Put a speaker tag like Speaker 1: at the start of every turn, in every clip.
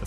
Speaker 1: The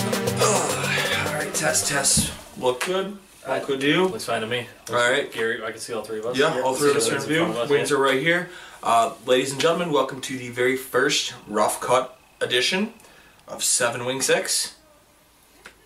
Speaker 2: All right, test, test. Look good. All good to you.
Speaker 3: Looks fine to me.
Speaker 2: All right.
Speaker 3: Gary, I can see all three of us.
Speaker 2: Yeah, all three of us
Speaker 3: Yeah,
Speaker 2: are in
Speaker 3: it's
Speaker 2: view.
Speaker 3: front of us,
Speaker 2: Wings
Speaker 3: yeah.
Speaker 2: are right here. Uh, ladies and gentlemen, welcome to the very first rough cut edition of Seven Wing Six.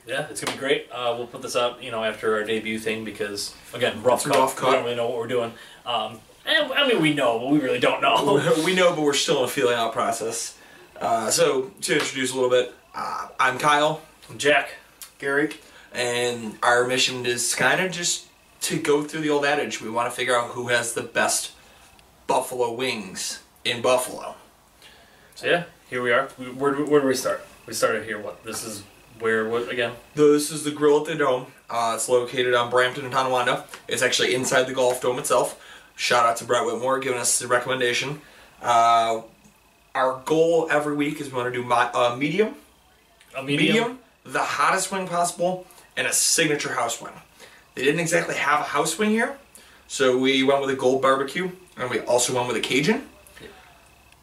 Speaker 3: Yeah, it's gonna be great. Uh, we'll put this up, you know, after our debut thing because again, rough
Speaker 2: It's a
Speaker 3: cut.
Speaker 2: rough cut.
Speaker 3: We don't really know what we're doing. Um, and, I mean, we know, but we really don't know.
Speaker 2: we know, but we're still in a feeling out process. Uh, so to introduce a little bit, uh, I'm Kyle,
Speaker 3: Jack,
Speaker 4: Gary.
Speaker 2: and our mission is kind of just to go through the old adage. We want to figure out who has the best buffalo wings in Buffalo.
Speaker 3: so yeah, here we are. We, where, do- where do we start? We started here. What? This is where? What again?
Speaker 2: This is the Grill at the Dome. Uh, it's located on Brampton and Tonawanda. It's actually inside the Golf Dome itself. Shout out to Brett Whitmore giving us the recommendation. Uh, our goal every week is we want to do my, uh, medium,
Speaker 3: A
Speaker 2: medium,
Speaker 3: medium.
Speaker 2: the hottest wing possible, and a signature house wing. They didn't exactly have a house wing here, so we went with a gold barbecue, and we also went with a Cajun.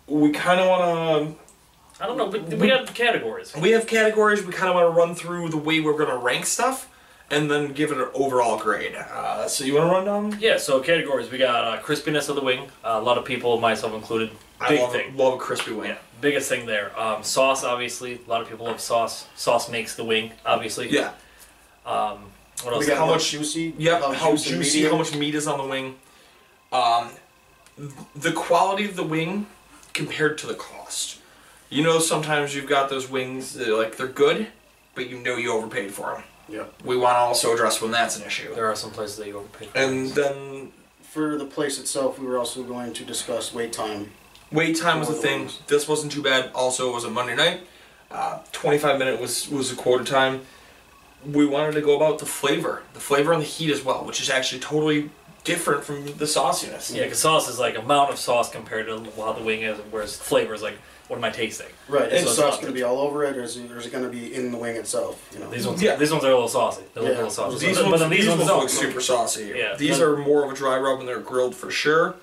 Speaker 2: We kind of want to
Speaker 3: I don't know, but we have categories.
Speaker 2: we have categories. We kind of want to run through the way we're going to rank stuff, and then give it an overall grade. Uh, so you want to run down?
Speaker 3: Yeah, so categories. We got uh, crispiness of the wing. Uh, a lot of people, myself included. Big
Speaker 2: I love,
Speaker 3: thing.
Speaker 2: love a crispy wing.
Speaker 3: Yeah, biggest thing there. Um, sauce, obviously. A lot of people love sauce. Sauce makes the wing, obviously.
Speaker 2: Yeah.
Speaker 3: Um, what else?
Speaker 2: got
Speaker 4: how
Speaker 2: more
Speaker 4: much juicy?
Speaker 2: Yep. How,
Speaker 4: and
Speaker 2: juicy?
Speaker 4: medium.
Speaker 2: How much meat is on the wing? Um, th- the quality of the wing compared to the cost. You know, sometimes you've got those wings that like they're good, but you know you overpaid for them.
Speaker 4: Yep.
Speaker 2: We want to also address when that's an issue.
Speaker 3: There are some places that you overpay for.
Speaker 2: And
Speaker 3: wings.
Speaker 2: then
Speaker 4: For the place itself, we were also going to discuss wait time.
Speaker 2: Wait time was a
Speaker 4: One of
Speaker 2: thing.
Speaker 4: those.
Speaker 2: This wasn't too bad. Also, it was a Monday night. Uh, 25 minute was was a quarter time. We wanted to go about the flavor, the flavor and the heat as well, which is actually totally different from the sauciness.
Speaker 3: yeah, because sauce is like amount of sauce compared to how the wing is, whereas flavor is like, what am I tasting?
Speaker 4: Right. Is
Speaker 2: And
Speaker 4: the
Speaker 2: so-
Speaker 4: sauce going to be all over it, or is it, or is it going to be in the wing itself? You know.
Speaker 3: These ones,
Speaker 2: Yeah.
Speaker 3: these ones are a little saucy. They look
Speaker 4: Yeah.
Speaker 3: a little saucy.
Speaker 2: These
Speaker 3: but,
Speaker 2: ones,
Speaker 3: then these, ones,
Speaker 2: look
Speaker 3: don't.
Speaker 2: super saucy.
Speaker 3: Yeah.
Speaker 2: These are more of a dry rub and they're grilled for sure.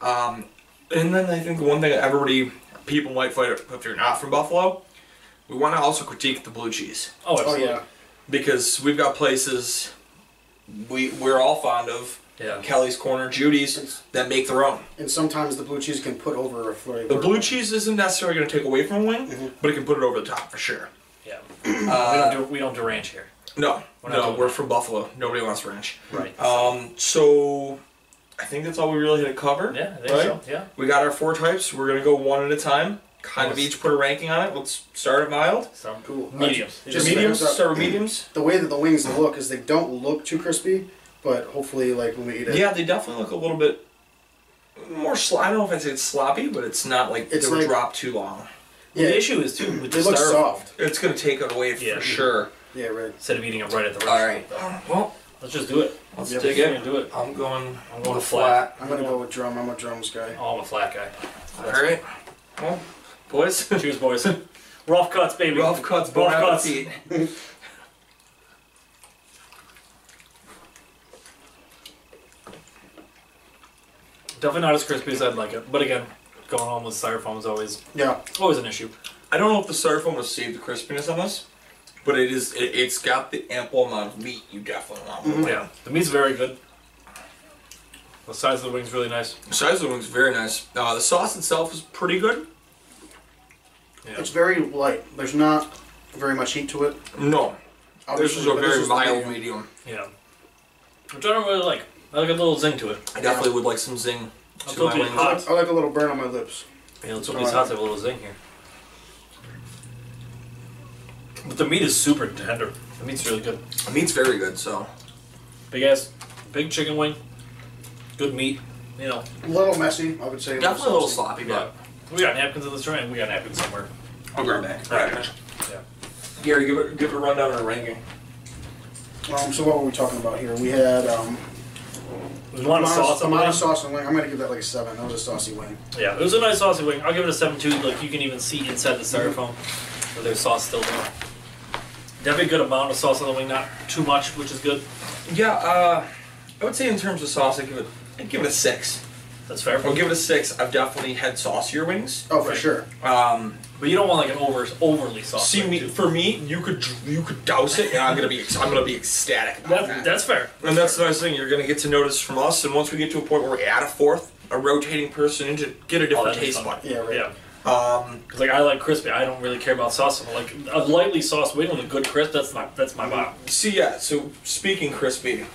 Speaker 2: Um, and then I think the one thing that everybody, people might fight if you're not from Buffalo, we want to also critique the blue cheese.
Speaker 3: Oh,
Speaker 4: Oh
Speaker 3: absolutely.
Speaker 4: yeah.
Speaker 2: because we've got places we we're all fond of.
Speaker 3: Yeah.
Speaker 2: Kelly's Corner, Judy's that make their own.
Speaker 4: And sometimes the blue cheese can put over a flavor.
Speaker 2: The blue cheese isn't necessarily going to take away from a wing, but it can put it over the top for sure.
Speaker 3: yeah. we don't do we don't do ranch here.
Speaker 2: No,
Speaker 3: We're not
Speaker 2: no,
Speaker 3: doing
Speaker 2: we're
Speaker 3: that.
Speaker 2: from Buffalo. Nobody wants ranch.
Speaker 3: Right.
Speaker 2: Um, so I think that's all we really had to cover.
Speaker 3: yeah. I think
Speaker 2: right?
Speaker 3: so. Yeah.
Speaker 2: We got our four types. We're going to go one at a time. Kind of
Speaker 3: Let's-
Speaker 2: each put a ranking on it. Let's start at mild.
Speaker 3: So
Speaker 4: Cool.
Speaker 3: mediums.
Speaker 4: Just
Speaker 3: Just
Speaker 2: mediums.
Speaker 4: round up.
Speaker 2: Start with mediums.
Speaker 4: The way that the wings look is they don't look too crispy, but hopefully, like when we eat it,
Speaker 2: Yeah, they definitely look a little bit more. Sl- I don't know if I say it's sloppy, but it's not like
Speaker 4: It's
Speaker 2: they were
Speaker 4: like-
Speaker 2: dropped too long.
Speaker 4: yeah,
Speaker 3: The issue is too with
Speaker 4: they
Speaker 3: the
Speaker 4: look
Speaker 3: styrofoam.
Speaker 4: soft.
Speaker 2: It's gonna take it away
Speaker 3: Yeah.
Speaker 2: for sure.
Speaker 4: Yeah, right.
Speaker 3: Instead of eating it right at the
Speaker 2: All
Speaker 3: restaurant.
Speaker 2: right.
Speaker 3: though.
Speaker 2: Well,
Speaker 3: Let's just do it.
Speaker 2: let's
Speaker 4: Yep.
Speaker 2: dig
Speaker 3: We're
Speaker 2: in.
Speaker 3: gonna do it.
Speaker 2: I'm going.
Speaker 3: I'm going flat.
Speaker 4: I'm gonna go with drum. I'm a drums guy.
Speaker 3: Oh, I'm a flat guy.
Speaker 2: All right. Well, boys.
Speaker 3: Cheers, boys. Rough cuts, baby.
Speaker 2: Rough cuts. Bon
Speaker 3: Rough cuts.
Speaker 2: appetit.
Speaker 3: Definitely not as crispy as I'd like it. But again, going home with styrofoam is always
Speaker 4: Yeah.
Speaker 3: always an issue.
Speaker 2: I don't know if the styrofoam will save the crispiness on this, but it is. It, it's got the ample amount of meat you definitely want. with it.
Speaker 3: Yeah, the meat's very good. The size of the wings really nice.
Speaker 2: The size of the wings very nice. Uh, the sauce itself is pretty good.
Speaker 3: Yeah.
Speaker 4: It's very light. There's not very much heat to it.
Speaker 2: No, this
Speaker 4: obviously,
Speaker 2: is a
Speaker 4: but
Speaker 2: very
Speaker 4: the
Speaker 2: mild
Speaker 4: medium.
Speaker 2: medium.
Speaker 3: yeah. Which I don't really like. I like a little zing to it.
Speaker 2: I definitely would like some zing
Speaker 3: I'll
Speaker 2: to
Speaker 3: put
Speaker 2: my
Speaker 3: it
Speaker 2: wings.
Speaker 3: hot.
Speaker 4: I like, I like a little burn on my lips.
Speaker 3: Yeah, let's hope these hots have a little zing here. But the meat is super tender. The meat's really good.
Speaker 2: The meat's very good, so
Speaker 3: Big ass, big chicken wing, good meat. You know,
Speaker 4: A little messy, I would say.
Speaker 2: definitely a little
Speaker 4: saucy.
Speaker 2: sloppy,
Speaker 3: we got, we got napkins in this tray and we got napkins somewhere.
Speaker 2: but I'll grab back.
Speaker 3: All
Speaker 2: All
Speaker 3: right.
Speaker 2: right. Gary, give it, give it a rundown on ranking.
Speaker 4: Um, so what were we talking about here? We had um,
Speaker 3: We want a sauce on
Speaker 4: Amani
Speaker 3: that.
Speaker 4: sauce and wing. I'm gonna give that like a seven. That was a saucy wing.
Speaker 3: Yeah, it was a nice saucy wing. I'll give it a seven two. Like you can even see inside the styrofoam where there's sauce still there. Definitely a good amount of sauce on the wing, not too much, which is good.
Speaker 2: Yeah, uh, I would say in terms of sauce, I give it, I'd give it a six.
Speaker 3: That's fair.
Speaker 2: I'll give it a six. I've definitely had saucier wings.
Speaker 4: Oh, for sure.
Speaker 2: Um,
Speaker 3: But you don't want like an over overly saucy.
Speaker 2: see
Speaker 3: wing,
Speaker 2: me
Speaker 3: too.
Speaker 2: for me, you could dr- you could douse it, and I'm gonna be ex- I'm gonna be ecstatic. About
Speaker 3: That,
Speaker 2: that.
Speaker 3: that's fair.
Speaker 2: and that's the
Speaker 3: fair.
Speaker 2: nice thing. You're gonna get to notice from us, and once we get to a point where we add a fourth, a rotating person in to get a different
Speaker 3: Oh, that'd be
Speaker 2: taste
Speaker 3: fun.
Speaker 2: bud.
Speaker 4: Yeah, right.
Speaker 3: yeah.
Speaker 2: Um,
Speaker 3: 'Cause, like I like crispy. I don't really care about sauce. But, like a lightly sauced wing with a good crisp. That's my that's my vibe.
Speaker 2: see, yeah. So speaking crispy,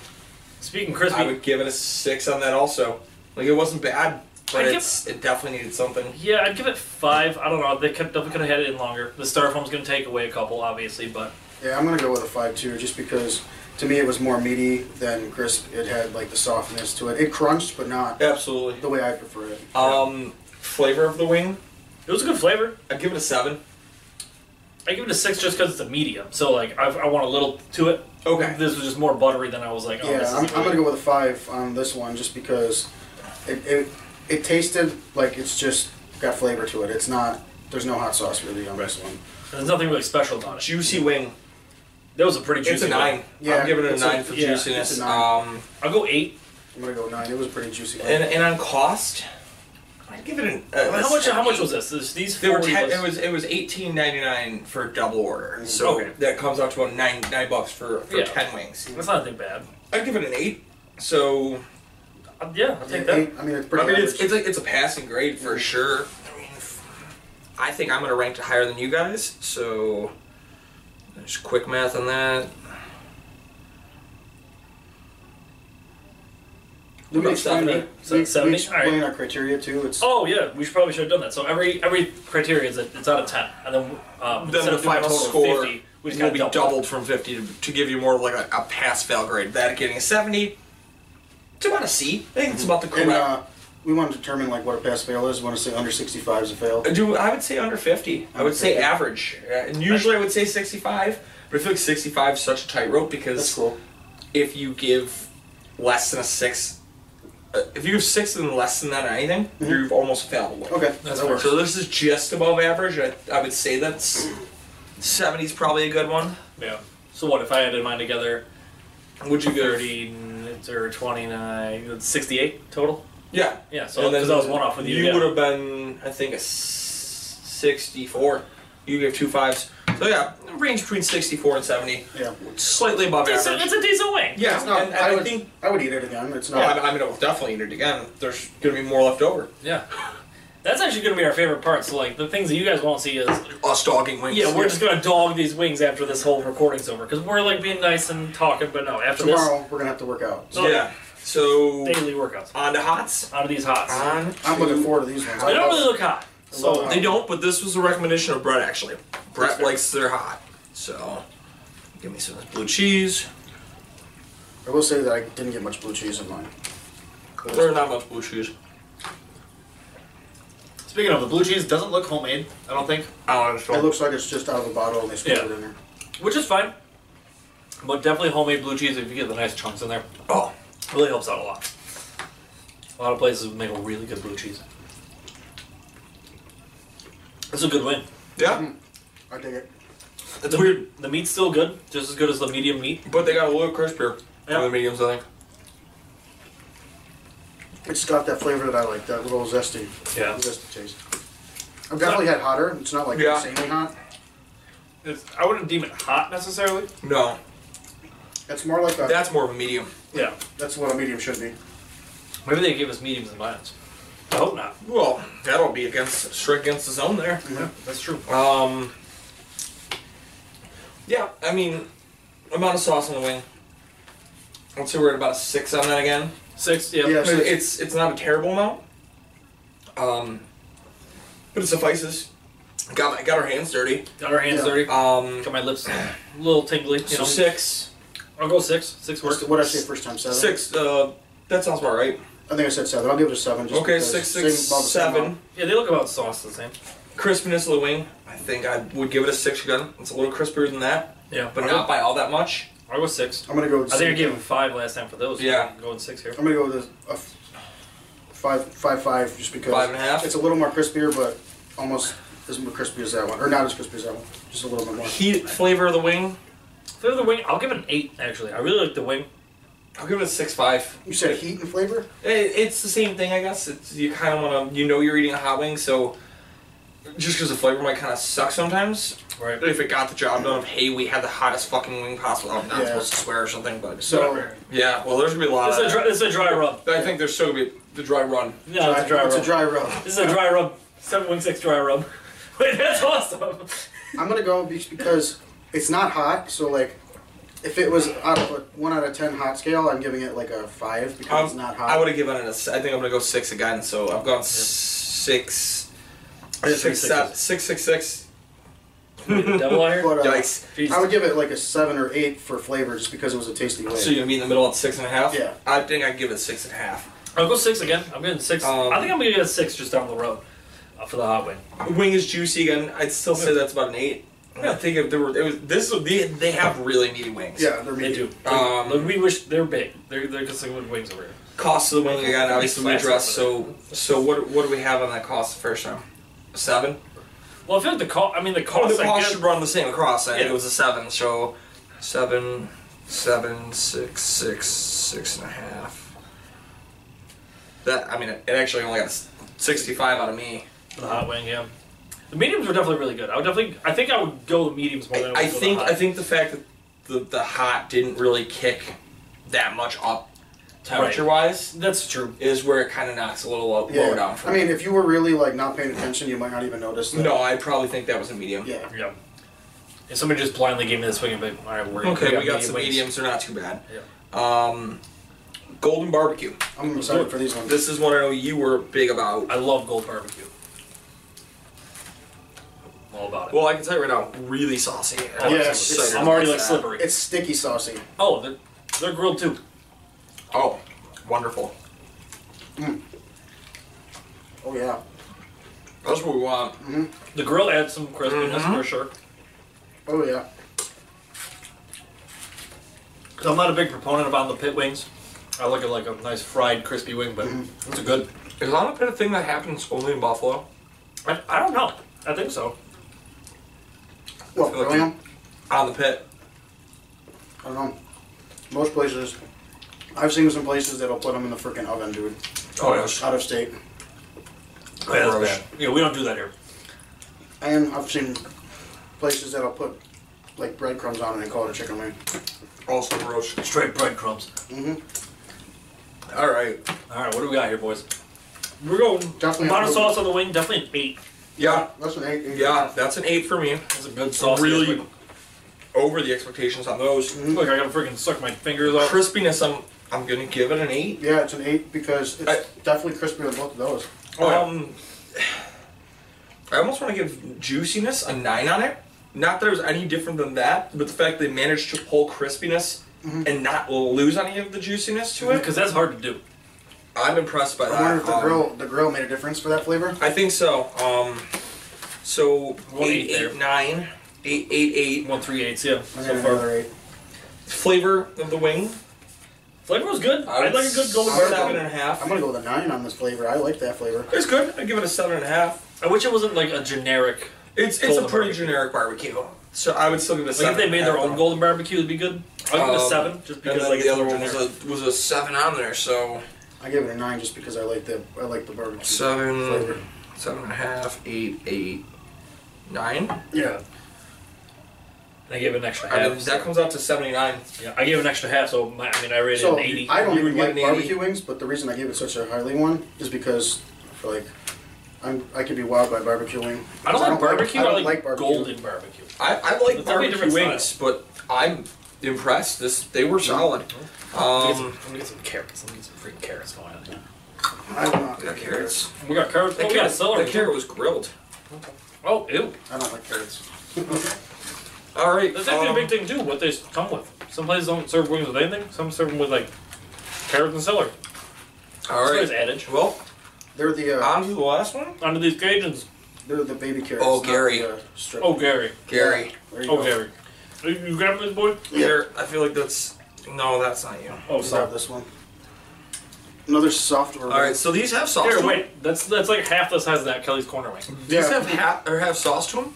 Speaker 3: Speaking crispy,
Speaker 2: I would give it a six on that also. Like it wasn't bad,
Speaker 3: I'd
Speaker 2: but
Speaker 3: give-
Speaker 2: it's, it definitely needed something.
Speaker 3: Yeah, I'd give it five. I don't know. They could, definitely could have had it in longer. The styrofoam's going to take away a couple, obviously, but
Speaker 4: Yeah, I'm gonna go with a five too, just because to me it was more meaty than crisp. It had like the softness to it. It crunched, but not
Speaker 2: Absolutely.
Speaker 4: the way I prefer it.
Speaker 2: Um, flavor of the wing,
Speaker 3: it was a good flavor.
Speaker 2: I'd give it a seven.
Speaker 3: I give it a six just because it's a medium. So like, I, I want a little to it.
Speaker 2: Okay.
Speaker 3: This was just more buttery than I was like. Oh,
Speaker 4: Yeah,
Speaker 3: this is
Speaker 4: I'm, I'm gonna go with a five on this one just because it, it it tasted like it's just got flavor to it. It's not there's no hot sauce really on this one.
Speaker 3: There's nothing really special about it.
Speaker 2: Juicy wing.
Speaker 3: That was a pretty juicy.
Speaker 2: It's a
Speaker 3: wing.
Speaker 2: nine.
Speaker 4: Yeah,
Speaker 2: I'm giving it a
Speaker 4: it's a-
Speaker 2: nine for
Speaker 3: yeah,
Speaker 2: juiciness.
Speaker 4: it's a nine.
Speaker 2: Um,
Speaker 3: I'll go eight.
Speaker 4: I'm gonna go nine. It was pretty juicy.
Speaker 2: and, and on cost, I'd give it an. Uh,
Speaker 3: How much? How much was this? this these
Speaker 2: They
Speaker 3: four.
Speaker 2: were ten,
Speaker 3: was-
Speaker 2: it was it was eighteen ninety nine for a double order, so
Speaker 3: Okay.
Speaker 2: that comes out to about nine nine bucks for, for
Speaker 3: Yeah.
Speaker 2: ten wings.
Speaker 3: That's not anything bad.
Speaker 2: I'd give it an eight. So
Speaker 3: Uh, yeah, I'll
Speaker 4: Yeah,
Speaker 3: take
Speaker 4: eight,
Speaker 3: that.
Speaker 4: I mean, it's
Speaker 2: I
Speaker 4: pretty.
Speaker 2: mean, it's,
Speaker 4: average.
Speaker 2: it's a, it's a passing grade for sure. I mean, I think I'm gonna rank it higher than you guys. So just quick math on that.
Speaker 4: Did we
Speaker 2: about
Speaker 4: explain
Speaker 2: 70?
Speaker 4: that-
Speaker 3: So
Speaker 4: we- we
Speaker 3: 70?
Speaker 4: explained
Speaker 3: Alright.
Speaker 4: our criteria too. It's
Speaker 3: Oh yeah, we should probably should have done that. So every every criteria is that it's out of ten, and then um,
Speaker 2: Then
Speaker 3: instead
Speaker 2: the
Speaker 3: of doing a
Speaker 2: final
Speaker 3: total of
Speaker 2: score
Speaker 3: 50, we just
Speaker 2: will
Speaker 3: got
Speaker 2: be doubled from 50 to, to give you more of like a, a pass fail grade. That getting a 70, it's about a C. I think it's about the correct.
Speaker 4: and uh, we want to determine like what a pass fail is. We want to say under 65 is a fail.
Speaker 2: Do I would say under 50. I would say
Speaker 4: uh, Okay.
Speaker 2: average. Uh, And usually I would say 65, but I feel like 65 is such a tightrope
Speaker 4: That's
Speaker 2: because
Speaker 4: cool.
Speaker 2: if you give less than a six, uh, if you give six and less than that on anything, you've almost failed. away.
Speaker 4: Mm-hmm. Okay,
Speaker 3: That's
Speaker 4: that works.
Speaker 2: So this is just above average. I, I would say that's 70 is probably a good one.
Speaker 3: Yeah. So what if I added mine together?
Speaker 2: Would you go?
Speaker 3: Thirty or twenty nine, sixty eight total.
Speaker 2: Yeah.
Speaker 3: Yeah, so because I was one off with you.
Speaker 2: You
Speaker 3: yeah.
Speaker 2: would have been, I think, a s- 64. You gave two fives. So yeah, range between 64 and 70.
Speaker 4: Yeah.
Speaker 2: Slightly above
Speaker 3: It's a,
Speaker 2: average.
Speaker 3: it's a decent wing.
Speaker 2: yeah,
Speaker 4: It's not,
Speaker 2: and, and
Speaker 4: I,
Speaker 2: I,
Speaker 4: would,
Speaker 2: think.
Speaker 4: I would eat it again. It's
Speaker 2: No,
Speaker 4: not.
Speaker 2: I, I mean, I'll definitely eat it again. There's gonna be more left over.
Speaker 3: Yeah. That's actually going to be our favorite part. So like the things that you guys won't see is
Speaker 2: Us dogging wings.
Speaker 3: yeah, we're just going to dog these wings after this whole recording's over because we're like being nice and talking, but no, after
Speaker 4: tomorrow we're gonna have to work out.
Speaker 3: Oh,
Speaker 2: yeah. So
Speaker 3: this daily workouts
Speaker 2: on to hots.
Speaker 3: out of these hots.
Speaker 2: On.
Speaker 4: I'm
Speaker 2: to-
Speaker 4: looking forward to these ones.
Speaker 3: they
Speaker 4: I
Speaker 3: don't
Speaker 4: love-
Speaker 3: really look hot. So
Speaker 4: love
Speaker 2: They don't, but this was a recommendation of Brett actually. Brett likes their hot. So give me some of this blue cheese.
Speaker 4: I will say that I didn't get much blue cheese in mine.
Speaker 2: There's not much blue cheese.
Speaker 3: speaking of the blue cheese, doesn't look homemade. I don't think,
Speaker 2: I don't understand.
Speaker 4: It looks like it's just out of the bottle and they scooped
Speaker 3: Yeah.
Speaker 4: it in there.
Speaker 3: which is fine. But definitely homemade blue cheese if you get the nice chunks in there.
Speaker 2: oh.
Speaker 3: Really helps out a lot. A lot of places make a really good blue cheese. It's a good win.
Speaker 2: Yeah,
Speaker 4: I dig it.
Speaker 2: it's
Speaker 3: The,
Speaker 2: weird,
Speaker 3: The meat's still good, just as good as the medium meat.
Speaker 2: but they got a little crispier
Speaker 3: Yeah.
Speaker 2: for the mediums, I think.
Speaker 4: It's got that flavor that I like, that little zesty,
Speaker 3: Yeah.
Speaker 4: zesty taste. I've definitely had hotter. It's not like
Speaker 2: Yeah.
Speaker 4: insanely hot.
Speaker 3: It's, I wouldn't deem it hot necessarily.
Speaker 2: No,
Speaker 4: It's more like a.
Speaker 2: that's more of a medium.
Speaker 3: Yeah.
Speaker 4: that's what a medium should be.
Speaker 3: Maybe they give us mediums and minds. I hope not.
Speaker 2: Well, that'll be against straight against the zone there.
Speaker 3: That's true.
Speaker 2: Um, yeah, I mean, amount of sauce on the wing. I'd say we're at about a six on that again.
Speaker 3: Six, yeah.
Speaker 4: Yeah.
Speaker 2: I mean, it's it's not a terrible amount, um, but it suffices. Got my, got our hands dirty.
Speaker 3: Got our hands
Speaker 4: Yeah.
Speaker 3: dirty.
Speaker 2: Um,
Speaker 3: Got my lips a little tingly. You
Speaker 2: so
Speaker 3: know.
Speaker 2: six,
Speaker 3: I'll go six. Six works.
Speaker 4: What did I say first time? Seven?
Speaker 2: six. Uh, that sounds about right.
Speaker 4: I think I said seven. I'll give it a seven. Just
Speaker 2: Okay,
Speaker 4: because
Speaker 2: six,
Speaker 4: same
Speaker 2: six,
Speaker 4: about the same
Speaker 2: seven.
Speaker 4: amount.
Speaker 3: Yeah, they look about sauce the same.
Speaker 2: Crispiness of the wing. I think I would give it a six gun. It's a little crispier than that,
Speaker 3: Yeah,
Speaker 2: but not by all that much.
Speaker 3: I was six.
Speaker 4: I'm gonna go. With
Speaker 3: I think I gave him five last time for those.
Speaker 2: Yeah.
Speaker 3: I'm going six here.
Speaker 4: I'm gonna go with a, a f- five, five, five, just because
Speaker 2: Five and a half?
Speaker 4: it's a little more crispier, but almost as more crispy as that one, or not as crispy as that one, just a little bit more.
Speaker 2: Heat flavor of the wing.
Speaker 3: For the wing, I'll give it an eight. Actually, I really like the wing.
Speaker 2: I'll give it a six five.
Speaker 4: You said heat and flavor.
Speaker 2: It, it's the same thing, I guess. It's, you kind of want to, you know, you're eating a hot wing, so just because the flavor might kind of suck sometimes.
Speaker 3: Right.
Speaker 2: But if it got the job done, of, hey, we had the hottest fucking wing possible. I'm not
Speaker 4: Yeah.
Speaker 2: supposed to swear or something, but
Speaker 4: So
Speaker 3: Whatever.
Speaker 2: yeah. Well, there's gonna be a lot
Speaker 3: It's
Speaker 2: of.
Speaker 3: a dry, it's a dry rub.
Speaker 2: that. I think there's still gonna be the dry run.
Speaker 3: No, it's a dry
Speaker 4: it's
Speaker 3: rub.
Speaker 4: a dry rub.
Speaker 3: This is a dry rub. Seven one six dry rub. Wait, that's awesome.
Speaker 4: I'm gonna go just because it's not hot. So like, if it was out of a one out of ten hot scale, I'm giving it like a five because it's
Speaker 2: Um,
Speaker 4: not hot.
Speaker 2: I would have given it a. s- I think I'm gonna go six again. So I've gone six,
Speaker 3: I did
Speaker 2: six,
Speaker 3: three
Speaker 2: seven-
Speaker 3: sixes.
Speaker 2: six, six, six.
Speaker 3: Double
Speaker 4: but,
Speaker 3: iron.
Speaker 4: uh,
Speaker 2: Yikes!
Speaker 4: I would give it like a seven or eight for flavor, just because it was a tasty way.
Speaker 2: So you meet in the middle at six and a half.
Speaker 4: Yeah.
Speaker 2: I think I give it six and a half.
Speaker 3: I'll go six again. I'm getting six.
Speaker 2: Um,
Speaker 3: I think I'm gonna get a six just down the road uh, for the hot wing.
Speaker 2: Wing is juicy again. I'd still say that's about an eight. I think if there were, it was, this they, they have really meaty wings.
Speaker 4: yeah, they're
Speaker 3: They
Speaker 4: meaty.
Speaker 3: do.
Speaker 2: Um,
Speaker 3: Like, we wish they're big. They're they're just like little wings over here.
Speaker 2: Cost of the wing again, obviously we
Speaker 3: Fast
Speaker 2: addressed.
Speaker 3: over
Speaker 2: So so what what do we have on that cost the first time? A seven.
Speaker 3: Well, I feel like the cost. I mean, the
Speaker 2: Oh,
Speaker 3: cost.
Speaker 2: the
Speaker 3: I
Speaker 2: cost
Speaker 3: guess-
Speaker 2: should run the same across. I think
Speaker 3: Yeah.
Speaker 2: it was a seven. So seven, seven, six, six, six and a half. That I mean, it, it actually only got s- sixty-five out of me.
Speaker 3: for the hot wing, yeah. The mediums were definitely really good. I would definitely. I think I would go the mediums more
Speaker 2: I,
Speaker 3: than I,
Speaker 2: I
Speaker 3: would go
Speaker 2: think
Speaker 3: The
Speaker 2: I
Speaker 3: hot.
Speaker 2: think the fact that the the hot didn't really kick that much up temperature wise
Speaker 3: that's true.
Speaker 2: is where it kind of knocks a little low, low down
Speaker 4: Yeah.
Speaker 2: for
Speaker 4: I
Speaker 2: me.
Speaker 4: mean, if you were really like not paying attention, you might not even notice. That.
Speaker 2: no, I probably think that was a medium.
Speaker 4: Yeah.
Speaker 3: Yeah. If somebody just blindly gave me this wing, I'd be like, all right, we're
Speaker 2: Okay, we got,
Speaker 3: medium
Speaker 2: some
Speaker 3: wings."
Speaker 2: mediums. They're not too bad.
Speaker 3: Yeah.
Speaker 2: Um, golden barbecue.
Speaker 4: I'm excited for these ones.
Speaker 2: This is one I know you were big about.
Speaker 3: I love gold barbecue. I'm all about it.
Speaker 2: Well, I can tell you right now, really saucy.
Speaker 3: Oh,
Speaker 4: Yeah,
Speaker 3: it's-
Speaker 4: it's-
Speaker 3: I'm already like
Speaker 2: that.
Speaker 3: slippery.
Speaker 4: it's sticky saucy.
Speaker 3: oh, they're, they're grilled too.
Speaker 2: Oh, wonderful.
Speaker 4: Oh yeah.
Speaker 2: That's what we want.
Speaker 3: The grill adds some crispiness
Speaker 2: Mhm.
Speaker 3: for sure.
Speaker 4: Oh yeah.
Speaker 3: 'Cause I'm not a big proponent about the pit wings. I like it like a nice fried crispy wing, but
Speaker 2: Mm-hmm.
Speaker 3: it's a good.
Speaker 2: Is on a bit of thing that happens only in Buffalo?
Speaker 3: I, I don't know. I think so.
Speaker 4: Well,
Speaker 2: feel like
Speaker 4: William,
Speaker 2: On the pit.
Speaker 4: I don't know. Most places, I've seen some places that'll put them in the freaking oven, dude.
Speaker 2: Oh, yes.
Speaker 4: Out of state,
Speaker 3: Yeah, that's
Speaker 2: Gross.
Speaker 3: bad. Yeah, we don't do that here.
Speaker 4: and I've seen places that'll put like breadcrumbs on it and call it a chicken wing.
Speaker 2: Also gross.
Speaker 3: Straight breadcrumbs.
Speaker 2: All right.
Speaker 3: All right, what do we got here, boys? We're going
Speaker 4: Definitely
Speaker 3: amount
Speaker 4: not-
Speaker 3: of sauce on the wing. Definitely an eight.
Speaker 2: Yeah.
Speaker 4: That's an eight. eight-
Speaker 2: Yeah, that's an eight for me.
Speaker 3: That's a good sauce.
Speaker 2: Really-
Speaker 3: Look,
Speaker 2: Over the expectations on those.
Speaker 3: I gotta freaking suck my fingers off.
Speaker 2: Crispiness, I'm I'm gonna give it an eight.
Speaker 4: Yeah, it's an eight because it's
Speaker 2: I-
Speaker 4: definitely crispier than both of those.
Speaker 3: Oh, yeah.
Speaker 2: Um, I almost want to give juiciness a nine on it. Not that it was any different than that, but the fact they managed to pull crispiness
Speaker 3: Mm-hmm.
Speaker 2: and not lose any of the juiciness to it,
Speaker 3: Because that's hard to do.
Speaker 2: I'm impressed by
Speaker 4: I wonder
Speaker 2: that.
Speaker 4: if the
Speaker 2: Um,
Speaker 4: grill the grill made a difference for that flavor.
Speaker 2: I think so. Um, so
Speaker 3: One
Speaker 2: eight,
Speaker 3: eight there.
Speaker 2: eight, nine, eight, eight, eight.
Speaker 3: One three eights, yeah.
Speaker 4: I
Speaker 3: So
Speaker 4: got
Speaker 3: far,
Speaker 4: another eight.
Speaker 2: Flavor of the wing.
Speaker 3: flavor was good. I would like a good golden
Speaker 4: would-
Speaker 2: seven
Speaker 3: barbecue.
Speaker 2: and a half.
Speaker 4: I'm gonna go with a nine on this flavor. I like that flavor.
Speaker 2: It's good. I give it a seven and a half.
Speaker 3: I wish it wasn't like a generic.
Speaker 2: It's it's
Speaker 3: Golden
Speaker 2: a pretty
Speaker 3: barbecue.
Speaker 2: generic barbecue. So I would still give it a
Speaker 3: Like
Speaker 2: seven.
Speaker 3: if they made
Speaker 2: and a
Speaker 3: their
Speaker 2: half.
Speaker 3: own golden barbecue, it'd be good. I'll give it a
Speaker 2: Um,
Speaker 3: seven, just
Speaker 2: And
Speaker 3: because
Speaker 2: then
Speaker 3: like
Speaker 2: the
Speaker 3: it's
Speaker 2: other
Speaker 3: more
Speaker 2: one was
Speaker 3: generic.
Speaker 2: a was a seven on there, so
Speaker 4: I gave it a nine just because I like the I like the barbecue
Speaker 2: seven,
Speaker 4: flavor.
Speaker 2: seven and a half, eight, eight, nine.
Speaker 4: Yeah.
Speaker 3: I gave it an extra
Speaker 2: I
Speaker 3: half.
Speaker 2: mean, that comes out to seventy nine.
Speaker 3: yeah, I gave it an extra half, so my, I mean, I rated it
Speaker 4: So
Speaker 3: an eighty.
Speaker 4: I don't
Speaker 2: You would
Speaker 4: even
Speaker 2: get
Speaker 4: like
Speaker 2: an 80.
Speaker 4: barbecue wings, but the reason I gave it such a highly one is because I feel like I'm I could be wowed by barbecue wing.
Speaker 3: I don't
Speaker 4: I
Speaker 3: like
Speaker 4: don't
Speaker 3: barbecue.
Speaker 4: like- I
Speaker 3: I
Speaker 4: don't
Speaker 3: like
Speaker 4: like barbecue.
Speaker 3: golden barbecue.
Speaker 2: I, I like
Speaker 3: That's definitely a
Speaker 2: barbecue
Speaker 3: different
Speaker 2: wings, but I'm impressed. This they were solid.
Speaker 3: I'm gonna
Speaker 2: Um,
Speaker 3: get some- I'm gonna get some carrots. I'm gonna get some freaking carrots going on here.
Speaker 4: I don't know.
Speaker 2: the carrots.
Speaker 3: We got carrots.
Speaker 2: That
Speaker 3: oh, we got
Speaker 2: carrot,
Speaker 3: celery.
Speaker 2: that carrot was grilled.
Speaker 3: Oh, ew.
Speaker 4: I don't like carrots.
Speaker 2: All right.
Speaker 3: That's actually
Speaker 2: um,
Speaker 3: a big thing too. What they come with. Some places don't serve wings with anything. Some serve them with like carrots and celery.
Speaker 2: All
Speaker 3: That's
Speaker 2: right.
Speaker 3: adage.
Speaker 2: Well,
Speaker 4: They're the uh,
Speaker 2: on to the last one.
Speaker 3: Under these Cajuns.
Speaker 4: They're the baby carrots.
Speaker 2: Oh,
Speaker 4: not
Speaker 2: Gary.
Speaker 4: the uh, strip.
Speaker 3: Oh, Gary.
Speaker 2: Gary.
Speaker 4: There you
Speaker 3: Oh,
Speaker 4: go.
Speaker 3: Gary. Are you you grabbing this boy?
Speaker 2: Here, I feel like that's no, that's not you.
Speaker 3: Oh,
Speaker 4: Grab
Speaker 3: sorry.
Speaker 4: this one. Another soft.
Speaker 2: All right, so these have sauce.
Speaker 3: Here,
Speaker 2: to 'em.
Speaker 3: wait. That's that's like half the size of that Kelly's corner wing.
Speaker 2: These
Speaker 4: Yeah.
Speaker 2: have ha- or have sauce to them,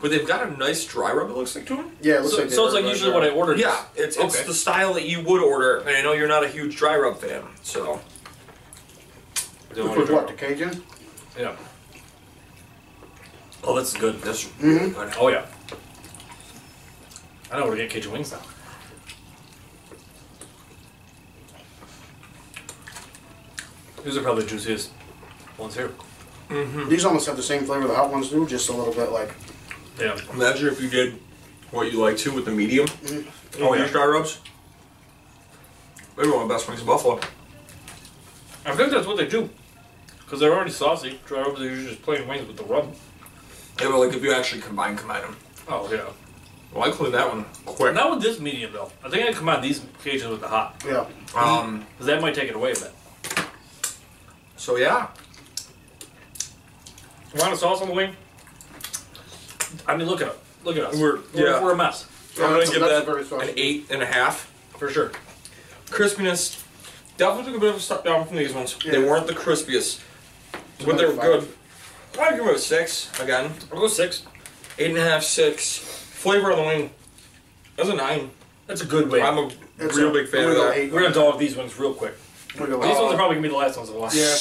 Speaker 2: but they've got a nice dry rub. It looks like to them.
Speaker 4: Yeah, it looks
Speaker 3: So,
Speaker 4: like. they
Speaker 3: so it's
Speaker 4: were
Speaker 3: like
Speaker 4: right
Speaker 3: usually
Speaker 4: there.
Speaker 3: what I ordered.
Speaker 2: Yeah, it's it's
Speaker 3: Okay.
Speaker 2: the style that you would order, and I know you're not a huge dry rub fan, so
Speaker 3: Don't
Speaker 4: For
Speaker 3: wanna
Speaker 4: what? The
Speaker 3: drop.
Speaker 4: Cajun.
Speaker 3: Yeah.
Speaker 2: oh, that's good. That's really good.
Speaker 3: Oh yeah. I know where to get Cajun wings now. These are probably the juiciest ones here.
Speaker 4: These almost have the same flavor the hot ones do, just a little bit like.
Speaker 3: Yeah.
Speaker 2: Imagine if you did what you like to with the medium.
Speaker 3: Oh,
Speaker 4: Mm-hmm.
Speaker 2: Oh,
Speaker 3: yeah.
Speaker 2: yeah. dry rubs. Maybe one of the best wings in Buffalo.
Speaker 3: I think that's what they do. Because they're already saucy. Dry rub, they're usually just plain wings with the rub.
Speaker 2: Yeah, but like if you actually combine combine them.
Speaker 3: Oh, yeah.
Speaker 2: Well, I cleaned that one quick.
Speaker 3: Not with this medium, though. I think I come out these Cajuns with the hot.
Speaker 4: Yeah.
Speaker 2: Um.
Speaker 3: Because that might take it away a bit.
Speaker 2: So yeah,
Speaker 3: Want a sauce on the wing? I mean, look at us. Look at us.
Speaker 2: We're-
Speaker 3: we're,
Speaker 2: yeah.
Speaker 3: we're a mess.
Speaker 4: Yeah,
Speaker 2: I'm gonna
Speaker 4: that's-
Speaker 2: give that
Speaker 4: that's very saucy.
Speaker 2: an eight and a half.
Speaker 3: For sure.
Speaker 2: Crispiness definitely took a bit of a step down from these ones. They
Speaker 4: Yeah.
Speaker 2: weren't the crispiest, but
Speaker 4: Another
Speaker 2: they were good.
Speaker 4: five.
Speaker 2: I'd give it a six again.
Speaker 3: I'll go six.
Speaker 2: Eight and a half, six. Flavor on the wing. That's a nine.
Speaker 3: That's a good wing.
Speaker 2: I'm a
Speaker 4: That's
Speaker 2: real
Speaker 4: a-
Speaker 2: big fan
Speaker 4: I'm
Speaker 2: of
Speaker 4: gonna go
Speaker 2: that.
Speaker 4: eight.
Speaker 3: We're going to dog these wings real quick.
Speaker 4: I'm gonna go
Speaker 3: These
Speaker 4: eight.
Speaker 3: ones are probably going to be the last ones of the line.
Speaker 4: Yeah.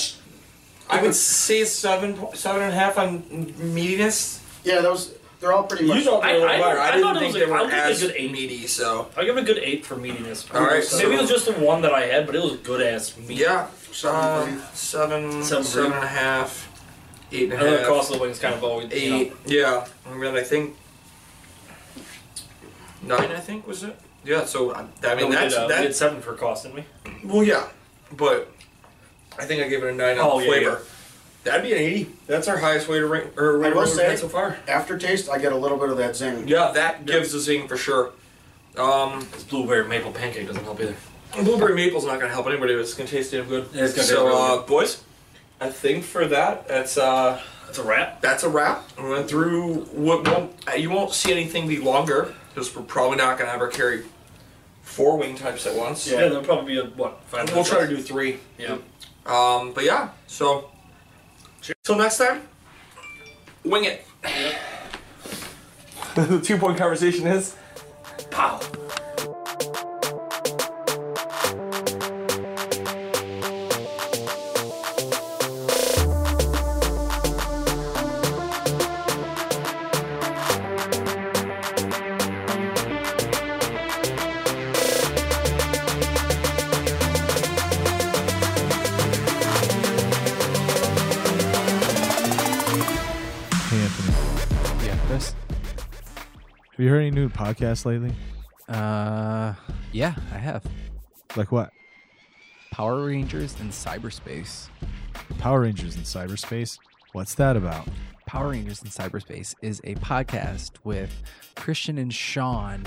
Speaker 2: I would say seven, po- seven and a half on meatiness.
Speaker 4: Yeah, those. They're all pretty much.
Speaker 2: You don't
Speaker 3: I-
Speaker 2: know
Speaker 3: I-
Speaker 2: why.
Speaker 3: I
Speaker 2: I,
Speaker 3: thought
Speaker 2: didn't
Speaker 3: it
Speaker 2: think
Speaker 3: was
Speaker 2: they
Speaker 3: a-
Speaker 2: were
Speaker 3: I don't think
Speaker 2: as
Speaker 3: it's an eight.
Speaker 2: meaty, so
Speaker 3: I'll give it a good eight for meatiness.
Speaker 2: all right.
Speaker 4: so-
Speaker 2: So
Speaker 3: Maybe it was just the one that I had, but it was good ass meat.
Speaker 2: yeah,
Speaker 4: Seven
Speaker 2: uh,
Speaker 4: three.
Speaker 2: seven,
Speaker 3: Seven
Speaker 2: seven
Speaker 3: three.
Speaker 2: and a half, eight and a
Speaker 3: And then the
Speaker 2: half.
Speaker 3: cost of the wings kind of always. you know.
Speaker 2: Eight. Yeah. I mean, I think nine. I think was it. Yeah. So I, I mean,
Speaker 3: we
Speaker 2: that's
Speaker 3: did, uh, we did
Speaker 2: that's
Speaker 3: seven for cost, didn't we?
Speaker 2: well, yeah. But I think I gave it a nine
Speaker 3: Oh,
Speaker 2: on
Speaker 3: yeah,
Speaker 2: flavor.
Speaker 3: yeah.
Speaker 2: That'd be an eighty. That's our highest way to rank or rate
Speaker 4: will
Speaker 2: we've had
Speaker 4: say-
Speaker 2: so far.
Speaker 4: Aftertaste, I get a little bit of that zing.
Speaker 2: Yeah, that gives a zing for sure. Um,
Speaker 3: This blueberry maple pancake doesn't help either.
Speaker 2: blueberry maple's not gonna help anybody, but it's gonna taste damn good.
Speaker 3: Yeah, it's gonna
Speaker 2: so,
Speaker 3: taste really
Speaker 2: uh, boys, I think for that, that's uh.
Speaker 3: That's a wrap.
Speaker 2: that's a wrap. We went through what won't uh, you won't see anything be longer because we're probably not gonna ever carry four wing types at once.
Speaker 4: Yeah.
Speaker 3: Yeah, there'll probably be a what five.
Speaker 2: We'll
Speaker 3: minutes
Speaker 2: try to
Speaker 3: left?
Speaker 2: do three.
Speaker 3: Yeah.
Speaker 2: Um, but yeah, so till next time, wing it. the two point conversation is.
Speaker 3: Pow.
Speaker 1: Hey, Anthony.
Speaker 5: Yeah, Chris.
Speaker 1: Have you heard any new podcasts lately?
Speaker 5: Uh, yeah, I have
Speaker 1: Like what?
Speaker 5: Power Rangers in cyberspace.
Speaker 1: Power Rangers in cyberspace? What's that about?
Speaker 5: Power Rangers in cyberspace is a podcast with Christian and Sean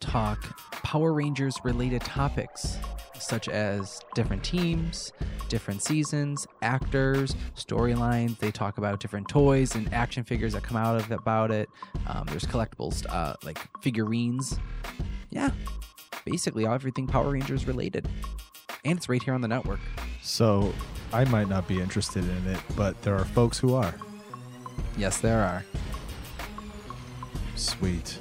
Speaker 5: talk Power Rangers related topics such as different teams, different seasons, actors, storylines. They talk about different toys and action figures that come out of about it. Um, there's collectibles uh, like figurines. Yeah, basically everything Power Rangers related, and it's right here on the network.
Speaker 1: So I might not be interested in it, but there are folks who are.
Speaker 5: Yes, there are.
Speaker 1: Sweet.